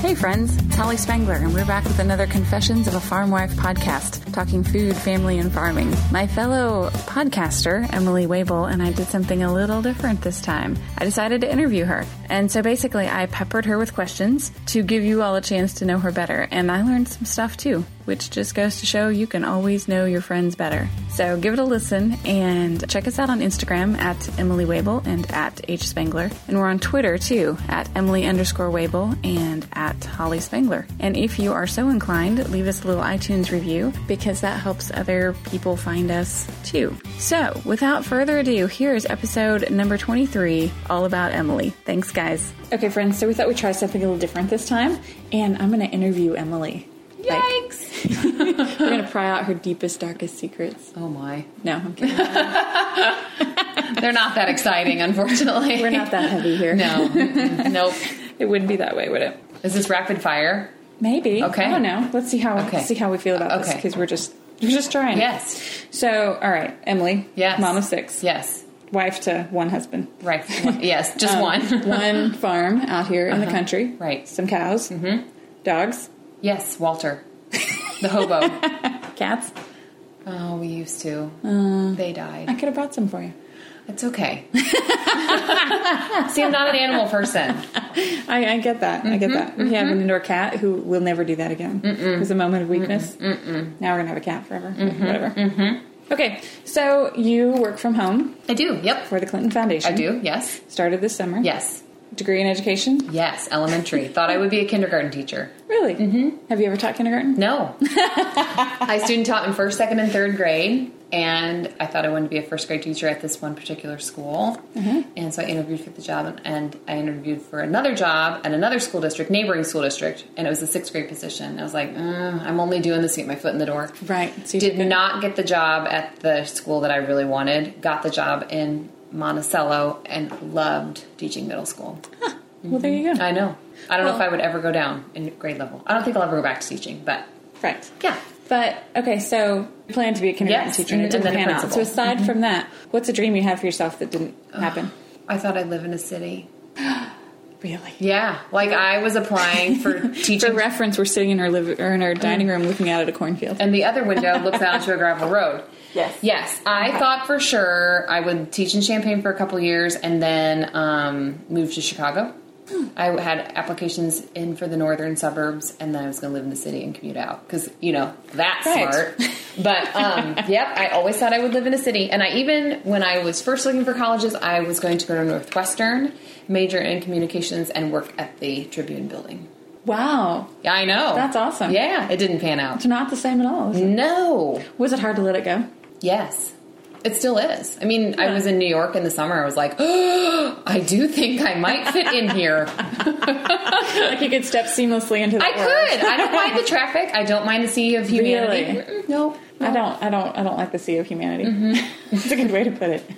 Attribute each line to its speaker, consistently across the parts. Speaker 1: Hey friends, Holly Spangler, and we're back with another Confessions of a Farm Wife podcast, talking food, family, and farming. My fellow podcaster, Emily Wable, and I did something a little different this time. I decided to interview her. And so basically, I peppered her with questions to give you all a chance to know her better. And I learned some stuff too, which just goes to show you can always know your friends better. So give it a listen and check us out on Instagram at Emily Wable and at H Spangler. And we're on Twitter too at Emily underscore Wable and at Holly Spangler. And if you are so inclined, leave us a little iTunes review because that helps other people find us too. So without further ado, here is episode number 23 all about Emily. Thanks, guys. Okay, friends, so we thought we'd try something a little different this time. And I'm going to interview Emily. Like,
Speaker 2: Yikes!
Speaker 1: we're going to pry out her deepest, darkest secrets.
Speaker 2: Oh my.
Speaker 1: No, I'm kidding.
Speaker 2: They're not that exciting, unfortunately.
Speaker 1: We're not that heavy here.
Speaker 2: No. nope.
Speaker 1: It wouldn't be that way, would it?
Speaker 2: Is this rapid fire?
Speaker 1: Maybe.
Speaker 2: Okay.
Speaker 1: I don't know. Let's see how
Speaker 2: Okay.
Speaker 1: see how we feel about this
Speaker 2: Okay.
Speaker 1: because we're just we're just trying.
Speaker 2: Yes.
Speaker 1: So, all right, Emily.
Speaker 2: Yes.
Speaker 1: Mom of six.
Speaker 2: Yes.
Speaker 1: Wife to one husband. Um,
Speaker 2: Right. Yes. Just one. Uh-huh.
Speaker 1: one farm out here in the country.
Speaker 2: Right.
Speaker 1: Some cows. Mm-hmm. Dogs.
Speaker 2: Yes, Walter. The hobo.
Speaker 1: Cats.
Speaker 2: oh, we used to. they died.
Speaker 1: I could have brought some for you.
Speaker 2: It's okay. See, I'm not an animal person.
Speaker 1: I, I get that.
Speaker 2: Mm-hmm.
Speaker 1: I get that. We have an indoor cat who will never do that again. It was a moment of weakness. Now we're gonna have a cat forever.
Speaker 2: Mm-hmm.
Speaker 1: Whatever. Okay. So you work from home
Speaker 2: I do. Yep.
Speaker 1: for the Clinton Foundation.
Speaker 2: I do. Yes.
Speaker 1: Started this summer.
Speaker 2: Yes.
Speaker 1: Degree in education.
Speaker 2: Yes. Elementary. Thought I would be a kindergarten teacher.
Speaker 1: Really? Mm-hmm. Have you ever taught kindergarten?
Speaker 2: No. I student taught in first, second, and third grade, and I thought I wanted to be a first grade teacher at this one particular school. And so I interviewed for the job, and, and I interviewed for another job at another school district, neighboring school district, and it was a sixth grade position. I was like, mm, I'm only doing this to get my foot in the door.
Speaker 1: Right. So you
Speaker 2: Did not get the job at the school that I really wanted, got the job in Monticello, and loved teaching middle school.
Speaker 1: Well, there you go.
Speaker 2: I know. I don't know if I would ever go down in grade level. I don't think I'll ever go back to teaching, but
Speaker 1: right.
Speaker 2: yeah.
Speaker 1: But okay, so you planned to be a kindergarten
Speaker 2: Yes,
Speaker 1: teacher and it
Speaker 2: and
Speaker 1: didn't
Speaker 2: then a
Speaker 1: pan out. So
Speaker 2: principal.
Speaker 1: aside from that, what's a dream you had for yourself that didn't happen?
Speaker 2: I thought I'd live in a city.
Speaker 1: Really?
Speaker 2: Yeah, like I was applying for
Speaker 1: For
Speaker 2: teaching,
Speaker 1: reference, we're sitting in our liv- or in our dining room looking out at a cornfield.
Speaker 2: and the other window looks out onto a gravel road.
Speaker 1: Yes.
Speaker 2: Yes, I thought for sure I would teach in Champaign for a couple years and then um, move to Chicago.
Speaker 1: Hmm.
Speaker 2: I had applications in for the northern suburbs, and then I was going to live in the city and commute out because you know that's
Speaker 1: Right.
Speaker 2: smart. But um, yep, I always thought I would live in a city, and I even when I was first looking for colleges, I was going to go to Northwestern, major in communications, and work at the Tribune building.
Speaker 1: Wow.
Speaker 2: Yeah, I know.
Speaker 1: That's awesome.
Speaker 2: Yeah, it didn't pan out.
Speaker 1: It's not the same at all. is it?
Speaker 2: No.
Speaker 1: Was it hard to let it go?
Speaker 2: Yes. It still is. I mean, I was in New York in the summer. I was like, oh, I do think I might fit in here.
Speaker 1: Like you could step seamlessly into the
Speaker 2: I
Speaker 1: world.
Speaker 2: could. I don't mind the traffic. I don't mind the sea of humanity.
Speaker 1: Really?
Speaker 2: Mm, Nope.
Speaker 1: I don't. I don't. I don't like the sea of humanity. It's a good way to put it.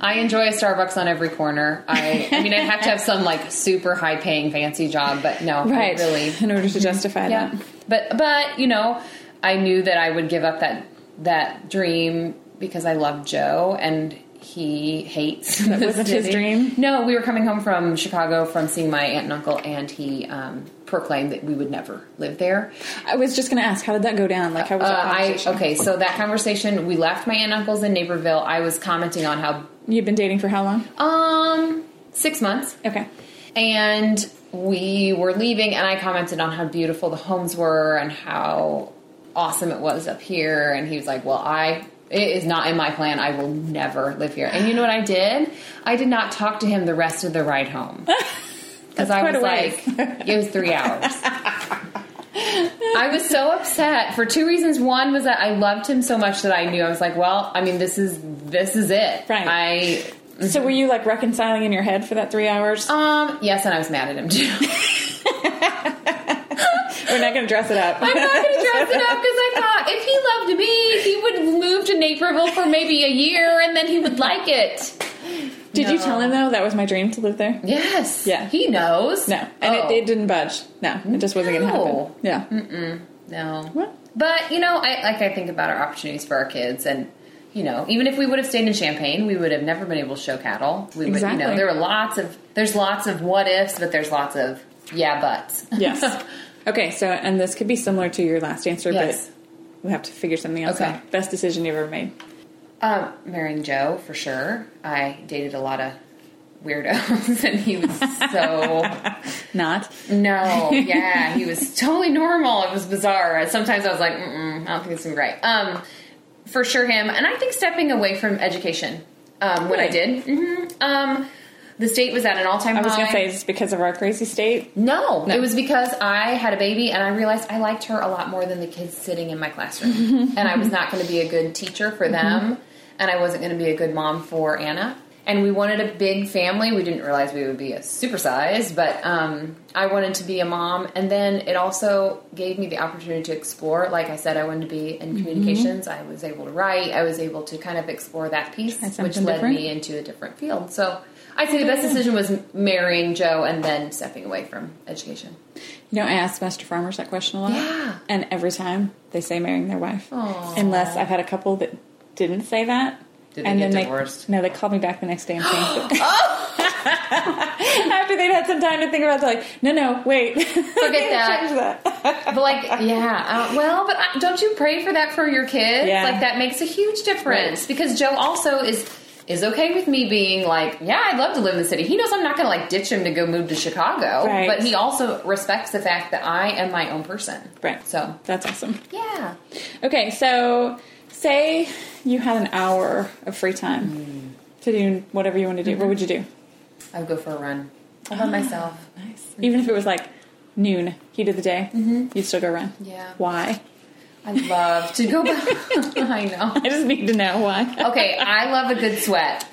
Speaker 2: I enjoy a Starbucks on every corner. I, I mean, I'd have to have some like super high paying fancy job, but no, I really.
Speaker 1: In order to justify
Speaker 2: Yeah.
Speaker 1: that.
Speaker 2: But but you know, I knew that I would give up that that dream because I love Joe and he hates that
Speaker 1: wasn't his dream?
Speaker 2: No, we were coming home from Chicago from seeing my aunt and uncle, and he um, proclaimed that we would never live there.
Speaker 1: I was just going to ask, how did that go down? Like, how was
Speaker 2: Uh,
Speaker 1: that
Speaker 2: I
Speaker 1: conversation?
Speaker 2: okay, so that conversation, we left my aunt and uncle's in Naperville. I was commenting on how
Speaker 1: You've been dating for how long?
Speaker 2: um six months
Speaker 1: Okay.
Speaker 2: and we were leaving and i commented on how beautiful the homes were and how awesome it was up here and he was like well i it is not in my plan i will never live here and you know what i did i did not talk to him the rest of the ride home because i
Speaker 1: quite
Speaker 2: was
Speaker 1: a ways.
Speaker 2: like it was three hours I was so upset for two reasons. One was that I loved him so much that I knew I was like, well, I mean, this is this is it.
Speaker 1: Right.
Speaker 2: I
Speaker 1: So were you like reconciling in your head for that three hours?
Speaker 2: um yes, and I was mad at him too.
Speaker 1: We're not going to dress it up.
Speaker 2: I'm not going to dress it up because I thought if he loved me, he would move to Naperville for maybe a year and then he would like it.
Speaker 1: Did you
Speaker 2: No.
Speaker 1: tell him though that was my dream to live there?
Speaker 2: Yes.
Speaker 1: Yeah.
Speaker 2: He knows.
Speaker 1: No, and
Speaker 2: Oh.
Speaker 1: it, it didn't budge. No, it just wasn't going to happen.
Speaker 2: No.
Speaker 1: Yeah.
Speaker 2: No.
Speaker 1: What?
Speaker 2: But you know, I like I think about our opportunities for our kids and you know, even if we would have stayed in Champagne, we would have never been able to show cattle. We would, you
Speaker 1: Exactly.
Speaker 2: know, there were lots of there's lots of what ifs, but there's lots of yeah, but
Speaker 1: Yes. okay, so, and this could be similar to your last answer,
Speaker 2: Yes.
Speaker 1: but we have to figure something else
Speaker 2: Okay.
Speaker 1: out. Best decision you ever made.
Speaker 2: um, marrying Joe for sure. I dated a lot of weirdos, and he was so
Speaker 1: Not.
Speaker 2: No, yeah, he was totally normal. It was bizarre. Sometimes I was like, Mm-mm, I don't think this is right. Um, for sure, him, and I think stepping away from education. Um, what I did, hmm um, the state was at an all-time high.
Speaker 1: I was going to say, it's because of our crazy state.
Speaker 2: no, It was because I had a baby, and I realized I liked her a lot more than the kids sitting in my classroom, and I was not going to be a good teacher for them,
Speaker 1: Mm-hmm.
Speaker 2: and I wasn't going to be a good mom for Anna. And we wanted a big family. We didn't realize we would be a supersize, but um, I wanted to be a mom. And then it also gave me the opportunity to explore. Like I said, I wanted to be
Speaker 1: Mm-hmm.
Speaker 2: in communications. I was able to write. I was able to kind of explore that piece,
Speaker 1: Try
Speaker 2: which
Speaker 1: something
Speaker 2: led
Speaker 1: different.
Speaker 2: me into a different field. So I'd say the best decision was marrying Joe and then stepping away from education.
Speaker 1: You know, I ask master farmers that question a lot.
Speaker 2: Yeah.
Speaker 1: And every time they say marrying their wife. Unless I've had a couple that didn't say that.
Speaker 2: Did they
Speaker 1: and
Speaker 2: get
Speaker 1: then
Speaker 2: divorced?
Speaker 1: They, no, they called me back the next day and changed it.
Speaker 2: Oh!
Speaker 1: After they'd had some time to think about it, they're like, no, no, wait.
Speaker 2: Forget that.
Speaker 1: Change that.
Speaker 2: But like, yeah, I don't- well, but I, don't you pray for that for your kids?
Speaker 1: Yeah.
Speaker 2: Like that makes a huge difference because Joe also is is okay with me being like, yeah, I'd love to live in the city. He knows I'm not going to like ditch him to go move to Chicago,
Speaker 1: Right.
Speaker 2: but he also respects the fact that I am my own person.
Speaker 1: Right.
Speaker 2: So
Speaker 1: That's awesome.
Speaker 2: yeah,
Speaker 1: Okay, so say you had an hour of free time
Speaker 2: Mm.
Speaker 1: to do whatever you want to do.
Speaker 2: Mm-hmm.
Speaker 1: What would you do?
Speaker 2: I would go for a run by myself.
Speaker 1: Nice. Even if it was like noon, heat of the day, you'd still go run.
Speaker 2: Mm-hmm. Yeah.
Speaker 1: Why?
Speaker 2: I love to go. I know.
Speaker 1: I just need to know why.
Speaker 2: okay, I love a good sweat.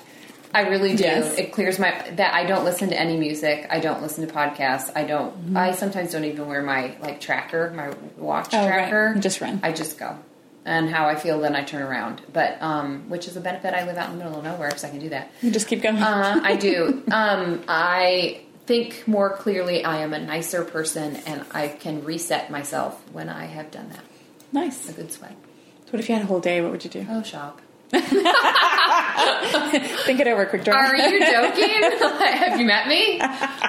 Speaker 2: I really do.
Speaker 1: Yes.
Speaker 2: It clears my that I don't listen to any music. I don't listen to podcasts. I don't.
Speaker 1: Mm-hmm.
Speaker 2: I sometimes don't even wear my like tracker, my watch
Speaker 1: Oh, right.
Speaker 2: tracker.
Speaker 1: You just run.
Speaker 2: I just go, and how I feel, then I turn around. But um, which is a benefit. I live out in the middle of nowhere, so I can do that.
Speaker 1: You just keep going.
Speaker 2: Uh, I do. Um, I think more clearly. I am a nicer person, and I can reset myself when I have done that.
Speaker 1: nice.
Speaker 2: A good sweat.
Speaker 1: What if you had a whole day? What would you do?
Speaker 2: Oh, shop.
Speaker 1: Uh, Think it over, quick door.
Speaker 2: Are you joking? Have you met me?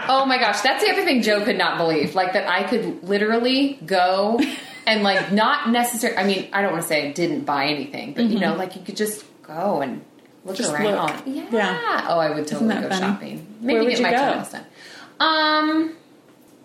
Speaker 2: Oh my gosh, that's the other thing Joe could not believe. Like that I could literally go and like not necessarily. I mean, I don't want to say I didn't buy anything, but you know, like you could just go and
Speaker 1: Mm-hmm.
Speaker 2: look
Speaker 1: Just
Speaker 2: around.
Speaker 1: look.
Speaker 2: Yeah.
Speaker 1: Yeah.
Speaker 2: Oh, I would totally
Speaker 1: that
Speaker 2: go
Speaker 1: funny?
Speaker 2: shopping. Maybe
Speaker 1: Where would
Speaker 2: get
Speaker 1: you
Speaker 2: my
Speaker 1: go?
Speaker 2: toenails done. Um.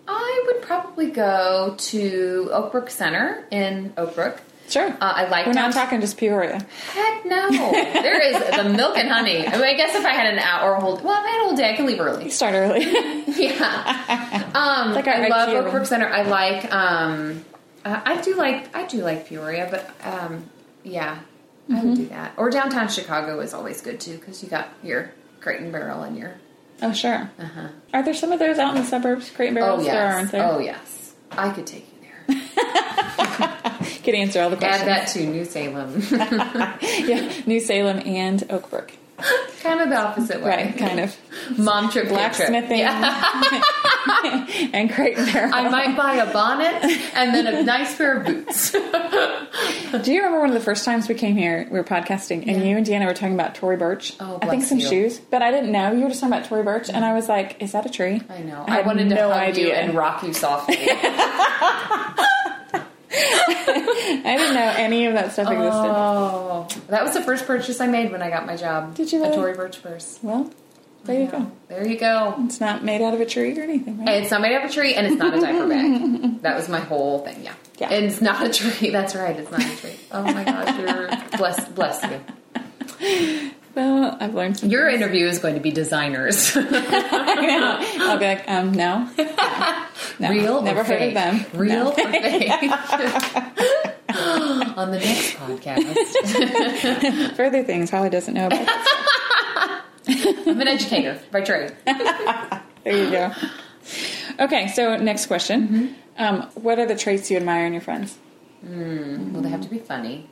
Speaker 2: I would probably go to Oak Brook Center in Oak Brook.
Speaker 1: Sure.
Speaker 2: Uh, I like
Speaker 1: We're not
Speaker 2: downtown-
Speaker 1: talking just Peoria.
Speaker 2: Heck no. there is the milk and honey. I, mean, I guess if I had an hour, a whole well, if I had a whole day, I could leave early.
Speaker 1: Start early.
Speaker 2: Yeah. Um,
Speaker 1: like our
Speaker 2: I love
Speaker 1: IKEA
Speaker 2: Oak
Speaker 1: room.
Speaker 2: Brook Center. I like. Um, uh, I do like. I do like Peoria, but um, yeah, I
Speaker 1: Mm-hmm.
Speaker 2: would do that. Or downtown Chicago is always good too because you got your Crate and Barrel and your. uh-huh.
Speaker 1: oh, sure. Are there some of those out in the suburbs? Crate and
Speaker 2: Oh
Speaker 1: barrels? There are,
Speaker 2: yes.
Speaker 1: aren't there?
Speaker 2: Oh yes. I could take you there.
Speaker 1: Could answer all the questions.
Speaker 2: Add that to New Salem.
Speaker 1: yeah, New Salem and Oak Brook.
Speaker 2: kind of the opposite way.
Speaker 1: Right, kind of.
Speaker 2: Mom trip, kid trip.
Speaker 1: Blacksmithing and Crate and Barrel.
Speaker 2: I might buy a bonnet and then a nice pair of boots.
Speaker 1: Do you remember one of the first times we came here? We were podcasting, and
Speaker 2: Yeah.
Speaker 1: you and Deanna were talking about Tory Birch.
Speaker 2: Oh,
Speaker 1: I think
Speaker 2: bless
Speaker 1: some
Speaker 2: you.
Speaker 1: shoes, but I didn't know you were just talking about Tory Birch, and I was like, "Is that a tree?"
Speaker 2: I know.
Speaker 1: had
Speaker 2: I, wanted to
Speaker 1: no
Speaker 2: hug
Speaker 1: idea.
Speaker 2: you and rock you softly.
Speaker 1: I didn't know any of that stuff existed.
Speaker 2: oh, that was the first purchase I made when I got my job.
Speaker 1: Did you
Speaker 2: a
Speaker 1: really?
Speaker 2: Tory Burch purse?
Speaker 1: well, there you go.
Speaker 2: There you go.
Speaker 1: It's not made out of a tree or anything. Right?
Speaker 2: And it's not made out of a tree, and it's not a diaper bag. That was my whole thing. Yeah.
Speaker 1: Yeah.
Speaker 2: And it's not a tree. That's right. It's not a tree. Oh my gosh, you're bless bless you.
Speaker 1: Well, I've learned some.
Speaker 2: Your interview is going to be designers,
Speaker 1: I'll be like, um, no, no,
Speaker 2: real
Speaker 1: never
Speaker 2: or
Speaker 1: heard
Speaker 2: fake?
Speaker 1: of them.
Speaker 2: Real
Speaker 1: No.
Speaker 2: or fake? On the next podcast,
Speaker 1: Further things Holly doesn't know about.
Speaker 2: I'm an educator by trade.
Speaker 1: There you go. Okay, so next question.
Speaker 2: Mm-hmm.
Speaker 1: Um, what are the traits you admire in your friends?
Speaker 2: Well, they have to be funny.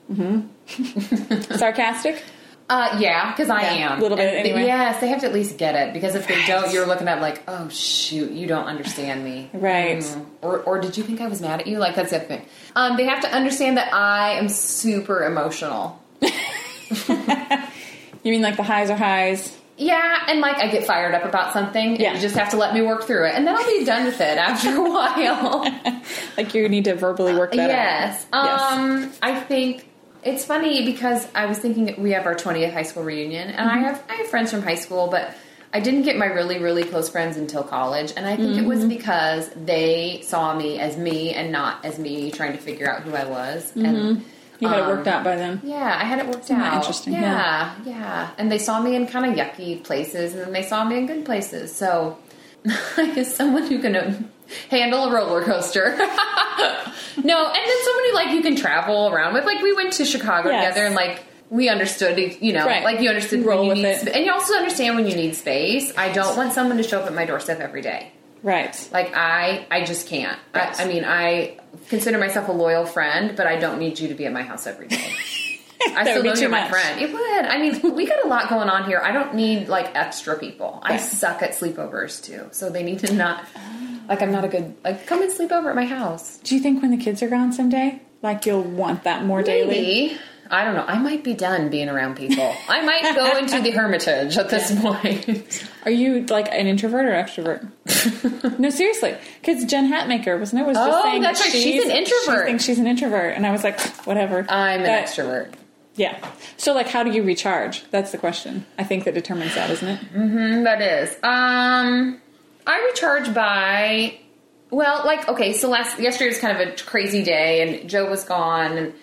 Speaker 1: Sarcastic?
Speaker 2: Uh, yeah, because I
Speaker 1: Yeah,
Speaker 2: am
Speaker 1: little bit
Speaker 2: And they-
Speaker 1: anyway.
Speaker 2: yes, they have to at least get it because if they don't, you're looking at like, oh shoot, you don't understand me,
Speaker 1: Right.
Speaker 2: Mm. Or, or did you think I was mad at you? Like that's the other thing. Um, they have to understand that I am super emotional. Mm.
Speaker 1: You mean like the highs are highs,
Speaker 2: Yeah, and like I get fired up about something, and
Speaker 1: Yeah.
Speaker 2: you just have to let me work through it, and then I'll be done with it after a while.
Speaker 1: like you need to verbally work that
Speaker 2: yes.
Speaker 1: out.
Speaker 2: Um, I think it's funny because I was thinking we have our 20th high school reunion, and
Speaker 1: Mm-hmm.
Speaker 2: I have I have friends from high school, but I didn't get my really really close friends until college, and I think it
Speaker 1: Mm-hmm.
Speaker 2: was because they saw me as me and not as me trying to figure out who I was. And
Speaker 1: you had it
Speaker 2: um,
Speaker 1: worked out by then.
Speaker 2: yeah, I had it worked
Speaker 1: that
Speaker 2: out.
Speaker 1: interesting?
Speaker 2: Yeah, yeah, And they saw me in kind of yucky places, and then they saw me in good places. So, I guess someone who can uh, handle a roller coaster. no, and then somebody like you can travel around with. Like we went to Chicago
Speaker 1: Yes.
Speaker 2: together, and like we understood, you know,
Speaker 1: Right.
Speaker 2: like you understood
Speaker 1: Roll
Speaker 2: when you
Speaker 1: with
Speaker 2: need,
Speaker 1: it.
Speaker 2: sp- and you also understand when you need space. I don't want someone to show up at my doorstep every day.
Speaker 1: Right.
Speaker 2: Like I, I just can't.
Speaker 1: Right.
Speaker 2: I, I mean, I consider myself a loyal friend, but I don't need you to be at my house every day. I
Speaker 1: That
Speaker 2: still
Speaker 1: would be
Speaker 2: know
Speaker 1: too
Speaker 2: you're my
Speaker 1: much.
Speaker 2: friend. It would. I mean, we got a lot going on here. I don't need like extra people. I
Speaker 1: Right.
Speaker 2: suck at sleepovers too, so they need to not. Like I'm not a good like. Come and sleep over at my house.
Speaker 1: Do you think when the kids are gone someday, like you'll want that more daily?
Speaker 2: Maybe. I don't know. I might be done being around people. I might go into the hermitage at this point.
Speaker 1: Are you like an introvert or extrovert? no, seriously, because Jen Hatmaker was no was just
Speaker 2: Oh,
Speaker 1: saying
Speaker 2: that's right, she's an introvert.
Speaker 1: She thinks she's an introvert, and I was like, whatever.
Speaker 2: I'm an
Speaker 1: That-
Speaker 2: extrovert.
Speaker 1: Yeah. So, like, how do you recharge? That's the question. I think that determines that, isn't it?
Speaker 2: Mm-hmm. Mm, That is. Um, I recharge by. Well, like okay, so last yesterday was kind of a crazy day, and Joe was gone, and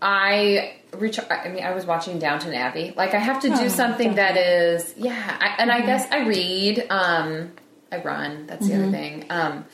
Speaker 2: I recharge. I mean, I was watching Downton Abbey. Like, I have to do
Speaker 1: Oh,
Speaker 2: something that is, yeah. I, and I guess I read. Um, I run. That's the other thing. Um,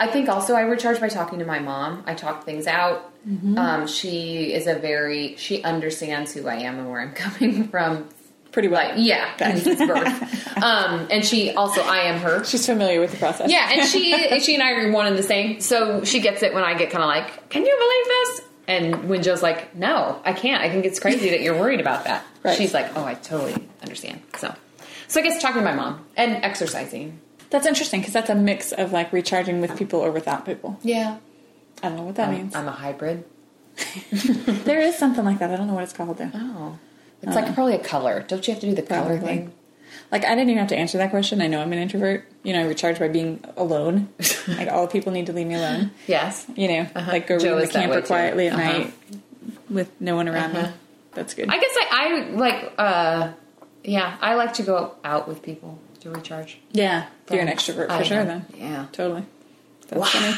Speaker 2: I think also I recharge by talking to my mom. I talk things out. Um, she is a very. She understands who I am and where I'm coming from.
Speaker 1: Pretty well.
Speaker 2: Like, yeah, since birth. Um, and she also, I am her.
Speaker 1: She's familiar with the process.
Speaker 2: Yeah, and she, she and I are one and the same. So she gets it when I get kind of like, "Can you believe this?" And when Joe's like, "No, I can't. I think it's crazy that you're worried about that."
Speaker 1: Right.
Speaker 2: She's like, "Oh, I totally understand." So, so I guess talking to my mom and exercising.
Speaker 1: That's interesting because that's a mix of like recharging with people or without people.
Speaker 2: Yeah,
Speaker 1: I don't know what that means.
Speaker 2: I'm a hybrid.
Speaker 1: there is something like that. I don't know what it's called though.
Speaker 2: Oh, it's like probably a color. Don't you have to do the color
Speaker 1: Probably.
Speaker 2: thing?
Speaker 1: Like I didn't even have to answer that question. I know I'm an introvert. You know, I recharge by being alone. like all people need to leave me alone.
Speaker 2: Yes.
Speaker 1: You know, like go
Speaker 2: Uh-huh. Joe
Speaker 1: read
Speaker 2: is
Speaker 1: the
Speaker 2: that way,
Speaker 1: camper
Speaker 2: too.
Speaker 1: quietly at
Speaker 2: Uh-huh.
Speaker 1: night with no one around me. That's good.
Speaker 2: I guess I, I like, uh, yeah, I like to go out with people to recharge.
Speaker 1: yeah, you're an
Speaker 2: Friends.
Speaker 1: extrovert for
Speaker 2: I
Speaker 1: sure.
Speaker 2: am.
Speaker 1: Then
Speaker 2: Yeah.
Speaker 1: totally. That's funny.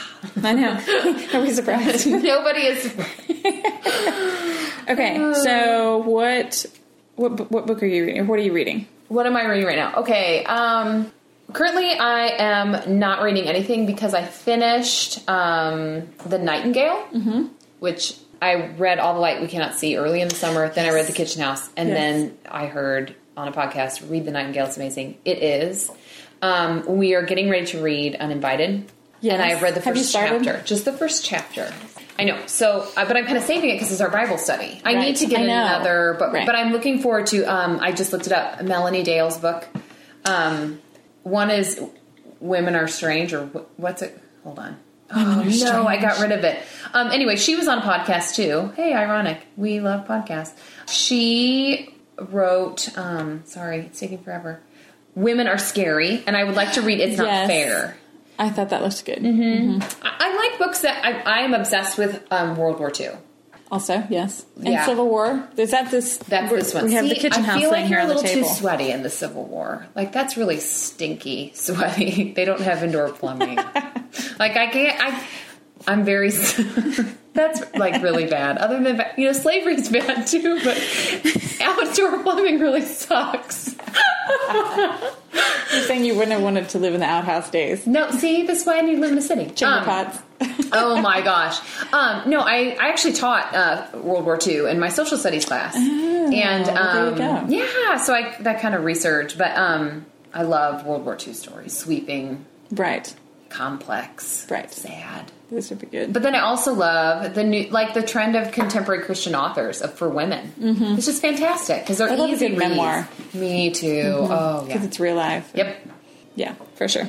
Speaker 1: I know. Are we surprised?
Speaker 2: Nobody is.
Speaker 1: Okay, so what what bo- what book are you reading? Or What are you reading?
Speaker 2: What am I reading right now? Okay. Um, currently, I am not reading anything because I finished um, The Nightingale, mm-hmm. which I read All the Light We Cannot See early in the summer. Then I read The Kitchen House. And
Speaker 1: Yes.
Speaker 2: then I heard on a podcast, Read The Nightingale. It's amazing. It is. Um, we are getting ready to read Uninvited.
Speaker 1: Yes.
Speaker 2: And I have read the
Speaker 1: Have you
Speaker 2: first
Speaker 1: started?
Speaker 2: chapter. Just the first chapter. I know. So, uh, but I'm kind of saving it because it's our Bible study. I
Speaker 1: Right.
Speaker 2: need to
Speaker 1: I
Speaker 2: get
Speaker 1: know.
Speaker 2: another, but
Speaker 1: Right.
Speaker 2: but I'm looking forward to. Um, I just looked it up. Melanie Dale's book. Um, one is "Women Are Strange" or wh- what's it? Hold on. oh no, I got rid of it. Um, anyway, she was on a podcast too. Hey, ironic. We love podcasts. She wrote. Um, sorry, it's taking forever. Women are scary, and I would like to read. It's not
Speaker 1: Yes.
Speaker 2: fair.
Speaker 1: I thought that looked good.
Speaker 2: I, I like books that I, I am obsessed with. Um, World War II.
Speaker 1: Also, yes, and
Speaker 2: Yeah.
Speaker 1: Civil War. Is that this?
Speaker 2: That's
Speaker 1: we're-
Speaker 2: this one.
Speaker 1: We have the
Speaker 2: See,
Speaker 1: kitchen
Speaker 2: I
Speaker 1: house
Speaker 2: feel
Speaker 1: laying
Speaker 2: like
Speaker 1: here on
Speaker 2: you're
Speaker 1: the
Speaker 2: a little
Speaker 1: table.
Speaker 2: too sweaty in the Civil War. Like that's really stinky, sweaty. they don't have indoor plumbing. like I can't. I, I'm very. s- that's like really bad. Other than that, you know, slavery's bad too, but outdoor plumbing really sucks.
Speaker 1: You're saying you wouldn't have wanted to live in the outhouse days,
Speaker 2: No, see, this is why I need to live in the city.
Speaker 1: chamber
Speaker 2: Um,
Speaker 1: pots.
Speaker 2: oh my gosh. Um, no, I, I actually taught uh, World War II in my social studies class. and
Speaker 1: Oh, well,
Speaker 2: um,
Speaker 1: there you go.
Speaker 2: yeah, so I that kind of research, but um, I love World War II stories, sweeping,
Speaker 1: right.
Speaker 2: complex,
Speaker 1: Right.
Speaker 2: sad.
Speaker 1: This would be good.
Speaker 2: But then I also love the new, like the trend of contemporary Christian authors of, for women. Mm-hmm. It's just fantastic because they're
Speaker 1: I love a
Speaker 2: easy
Speaker 1: good
Speaker 2: reads.
Speaker 1: memoir.
Speaker 2: Me too. Oh
Speaker 1: because
Speaker 2: yeah.
Speaker 1: it's real life.
Speaker 2: Yep.
Speaker 1: Yeah, for sure.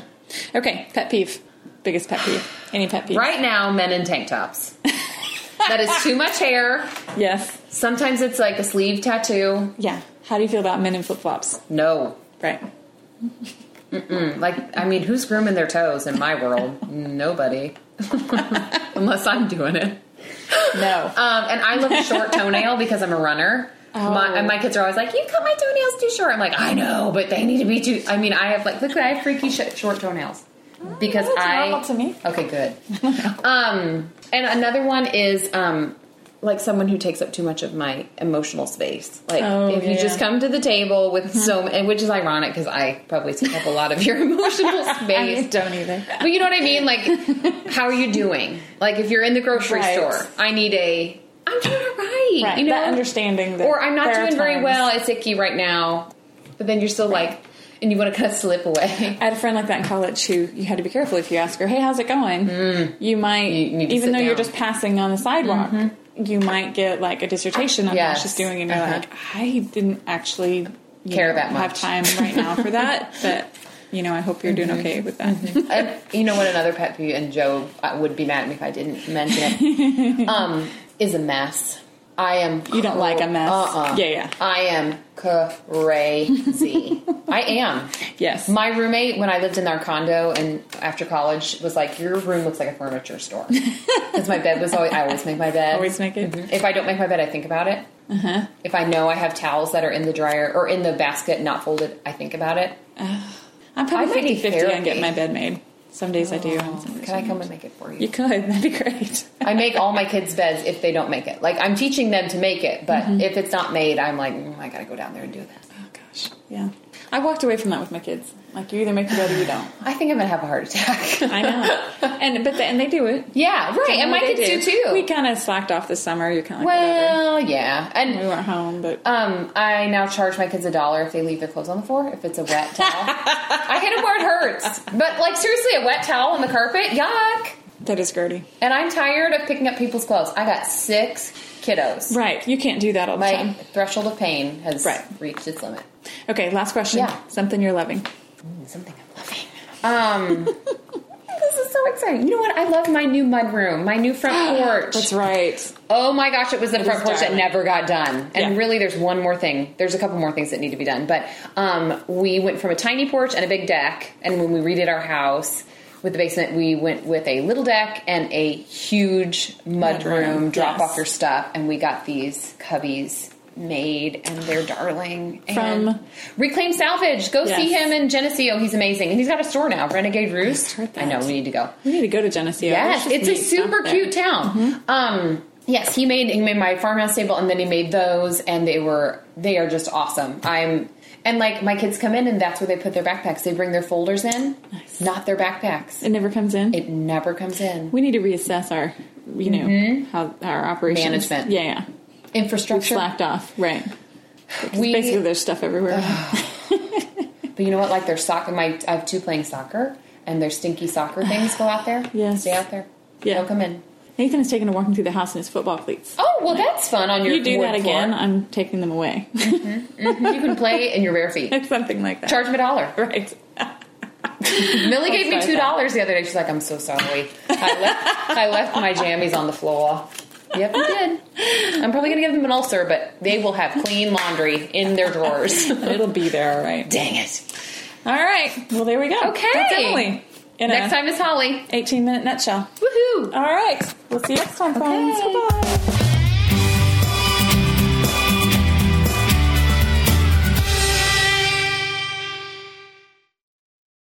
Speaker 1: Okay, pet peeve. Biggest pet peeve. Any pet peeve?
Speaker 2: Right now, men in tank tops. that is too much hair.
Speaker 1: Yes.
Speaker 2: Sometimes it's like a sleeve tattoo.
Speaker 1: Yeah. How do you feel about men in flip flops?
Speaker 2: No.
Speaker 1: Right.
Speaker 2: Mm, Like, I mean, who's grooming their toes in my world? Nobody. Unless I'm doing it.
Speaker 1: No.
Speaker 2: Um, and I love a short toenail because I'm a runner.
Speaker 1: Oh.
Speaker 2: My, and my kids are always like, "You cut my toenails too short." I'm like, "I know, but they need to be too." I mean, I have like, look, I have freaky sh- short toenails because
Speaker 1: Oh, that's
Speaker 2: I.
Speaker 1: normal to me.
Speaker 2: Okay, good. um, and another one is um, like someone who takes up too much of my emotional space. Like
Speaker 1: Oh,
Speaker 2: if you
Speaker 1: yeah.
Speaker 2: just come to the table with so, and which is ironic because I probably take up a lot of your emotional space.
Speaker 1: I don't either.
Speaker 2: But you know what I mean? Like, how are you doing? Like, if you're in the grocery
Speaker 1: Right.
Speaker 2: store, I need a, I'm doing all right.
Speaker 1: Right.
Speaker 2: You know,
Speaker 1: that understanding that
Speaker 2: Or I'm not
Speaker 1: there are
Speaker 2: doing very
Speaker 1: times-
Speaker 2: well. It's icky right now. But then you're still like, and you want to kind of slip away.
Speaker 1: I had a friend like that in college who you had to be careful if you ask her, "Hey, how's it going?" You might,
Speaker 2: Mm. You need to
Speaker 1: even
Speaker 2: sit
Speaker 1: though you're
Speaker 2: down. Mm-hmm.
Speaker 1: just passing on the sidewalk, you might get like a dissertation on
Speaker 2: Yes.
Speaker 1: how she's doing, and you're
Speaker 2: Uh-huh.
Speaker 1: like, "I didn't actually you
Speaker 2: Care
Speaker 1: know,
Speaker 2: that
Speaker 1: Have
Speaker 2: much."
Speaker 1: time right now for that, but you know, I hope you're doing
Speaker 2: Mm-hmm.
Speaker 1: okay with that."
Speaker 2: and you know what? Another pet peeve, and Joe uh, would be mad at me if I didn't mention it, um, is a mess. I am.
Speaker 1: You don't like a mess.
Speaker 2: Uh-uh.
Speaker 1: Yeah, yeah.
Speaker 2: I am crazy. I am.
Speaker 1: Yes.
Speaker 2: My roommate, when I lived in our condo and after college, was like, "Your room looks like a furniture store." Because my bed was always. I always make my bed.
Speaker 1: Always Uh-huh. make it.
Speaker 2: If I don't make my bed, I think about it. If I know I have towels that are in the dryer or in the basket not folded, I think about it.
Speaker 1: I'm
Speaker 2: I might
Speaker 1: probably
Speaker 2: need
Speaker 1: 50 50 on
Speaker 2: therapy. Oh,
Speaker 1: getting my bed made. Some days I do. and some days
Speaker 2: Can I come and make it for you?
Speaker 1: You could. That'd be great.
Speaker 2: I make all my kids' beds if they don't make it. Like I'm teaching them to make it, but
Speaker 1: Mm-hmm.
Speaker 2: if it's not made, I'm like, mm, I gotta go down there and do that.
Speaker 1: Oh gosh. Yeah. I walked away from that with my kids. Like you either make the bed or you don't.
Speaker 2: I think I'm gonna have a heart attack.
Speaker 1: I know. And but they, and they do it.
Speaker 2: yeah, right. And my
Speaker 1: They
Speaker 2: kids do too.
Speaker 1: We kind of slacked off this summer. You're kind of like whatever.
Speaker 2: well, yeah, and
Speaker 1: We weren't home, but
Speaker 2: Um, I now charge my kids a dollar if they leave their clothes on the floor. If it's a wet towel, I hit them where it hurts. But like seriously, a wet towel on the carpet, yuck!
Speaker 1: that is Gertie.
Speaker 2: And I'm tired of picking up people's clothes. I got six kiddos.
Speaker 1: Right. You can't do that all the
Speaker 2: My
Speaker 1: time.
Speaker 2: threshold of pain has
Speaker 1: Right.
Speaker 2: reached its limit.
Speaker 1: Okay. Last question.
Speaker 2: Yeah.
Speaker 1: Something you're loving.
Speaker 2: Something I'm loving. Um, this is so exciting. You know what? I love my new mud room, my new front porch.
Speaker 1: That's right.
Speaker 2: Oh my gosh, it was the front
Speaker 1: was
Speaker 2: porch that
Speaker 1: darling.
Speaker 2: never got done. And
Speaker 1: Yeah.
Speaker 2: really, there's one more thing. There's a couple more things that need to be done. But um, we went from a tiny porch and a big deck. And when we redid our house with the basement, we went with a little deck and a huge mud,
Speaker 1: Mud
Speaker 2: room,
Speaker 1: room,
Speaker 2: drop
Speaker 1: yes.
Speaker 2: off your stuff. And we got these cubbies made and they're darling. And
Speaker 1: From-
Speaker 2: Reclaim Salvage. Go see
Speaker 1: Yes.
Speaker 2: him in Geneseo. He's amazing. And he's got a store now, Renegade Roost.
Speaker 1: heard
Speaker 2: I know,
Speaker 1: that.
Speaker 2: we need to go.
Speaker 1: We need to go to Geneseo.
Speaker 2: Yes,
Speaker 1: We should
Speaker 2: it's a
Speaker 1: meet
Speaker 2: super
Speaker 1: something. Mm-hmm.
Speaker 2: cute town. Um, yes, he made he made my farmhouse table, and then he made those, and they were they are just awesome. I'm and like my kids come in, and that's where they put their backpacks. They bring their folders in,
Speaker 1: Nice.
Speaker 2: not their backpacks.
Speaker 1: It never comes in.
Speaker 2: It never comes in.
Speaker 1: we need to reassess our, you know, how our operations
Speaker 2: Mm-hmm. Management.
Speaker 1: Yeah. Yeah.
Speaker 2: Infrastructure.
Speaker 1: Slacked off. Right.
Speaker 2: We-
Speaker 1: Basically, there's stuff everywhere.
Speaker 2: But you know what? Like their soccer. My I have two playing soccer, and their stinky soccer things go out there.
Speaker 1: Yes.
Speaker 2: stay out there.
Speaker 1: Yeah.
Speaker 2: They'll come in.
Speaker 1: Nathan is taken to walking through the house in his football cleats.
Speaker 2: Oh well, that's fun on your.
Speaker 1: you do
Speaker 2: wood
Speaker 1: that
Speaker 2: floor.
Speaker 1: again, I'm taking them away.
Speaker 2: You can play in your bare feet.
Speaker 1: Something like that.
Speaker 2: Charge them a dollar.
Speaker 1: Right.
Speaker 2: Millie gave me
Speaker 1: That's
Speaker 2: two
Speaker 1: what I
Speaker 2: dollars the other day. She's like, "I'm so sorry. I left, I left my jammies on the floor." Yep, you did. I'm probably gonna give them an ulcer, but they will have clean laundry in their drawers.
Speaker 1: It'll be there, all right.
Speaker 2: Dang it!
Speaker 1: All right. Well, there we go.
Speaker 2: Okay.
Speaker 1: That's Emily. In
Speaker 2: Next
Speaker 1: a
Speaker 2: time is Holly.
Speaker 1: 18 minute nutshell.
Speaker 2: Woohoo!
Speaker 1: All right. We'll see you next time, friends.
Speaker 2: Okay.
Speaker 1: Bye bye.